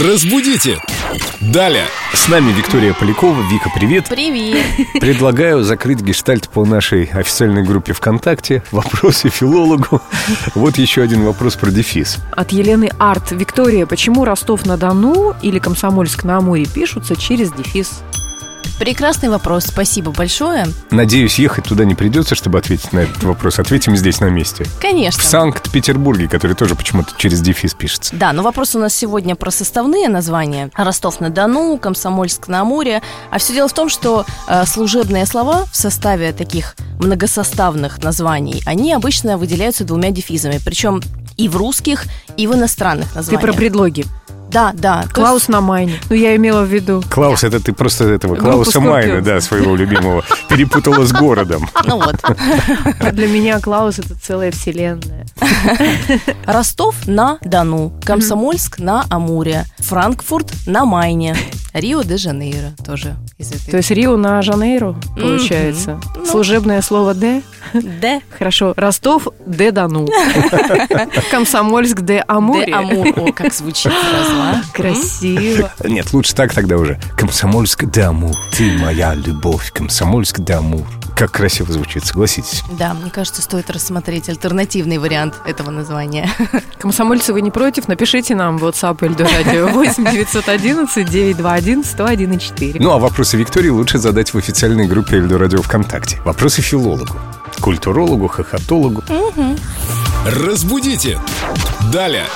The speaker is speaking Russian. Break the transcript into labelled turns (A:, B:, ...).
A: Разбудите! Далее.
B: С нами Виктория Полякова. Вика, привет.
C: Привет.
B: Предлагаю закрыть гештальт по нашей официальной группе ВКонтакте. Вопросы филологу. Вот еще один вопрос про дефис.
C: От Елены Арт. Виктория, почему Ростов-на-Дону или Комсомольск-на-Амуре пишутся через дефис?
D: Прекрасный вопрос, спасибо большое.
B: Надеюсь, ехать туда не придется, чтобы ответить на этот вопрос. Ответим здесь на месте. В
D: Конечно.
B: Санкт-Петербурге, который тоже почему-то через дефис пишется.
D: Да, но вопрос у нас сегодня про составные названия. Ростов-на-Дону, Комсомольск-на-Амуре. А все дело в том, что э, служебные слова в составе таких многосоставных названий, они обычно выделяются двумя дефизами. Причем и в русских, и в иностранных
C: Ты
D: названиях.
C: про предлоги.
D: Да, да. То
C: Клаус на майне. Ну, я имела в виду.
B: Клаус, это ты просто этого
C: Группу
B: Клауса
C: Scorpions.
B: Майна, да, своего любимого, перепутала с городом.
D: есть, Ну вот.
C: А Для меня Клаус это целая вселенная.
D: Ростов на Дону, Комсомольск на Амуре, Франкфурт на Майне, Рио де Жанейро тоже из этой.
C: То есть Рио на Жанейро, получается.
D: Ну.
C: Служебное слово «Д».
D: Д.
C: Хорошо. Ростов «Д» Дону. Комсомольск «Д» Амуре.
D: Де Амур. О, как звучит сразу, а?
C: Красиво.
B: Нет, лучше так тогда уже. Комсомольск да Амур. Ты моя любовь. Комсомольск да Амур. Как красиво звучит, согласитесь.
D: Да, мне кажется, стоит рассмотреть альтернативный вариант этого названия.
C: Комсомольцы, вы не против? Напишите нам в WhatsApp или радио 8 911 921 1014.
B: Ну, а вопросы Виктории лучше задать в официальной группе Эльдорадио ВКонтакте. Вопросы филологу, культурологу, хохотологу.
A: Разбудите! Далее.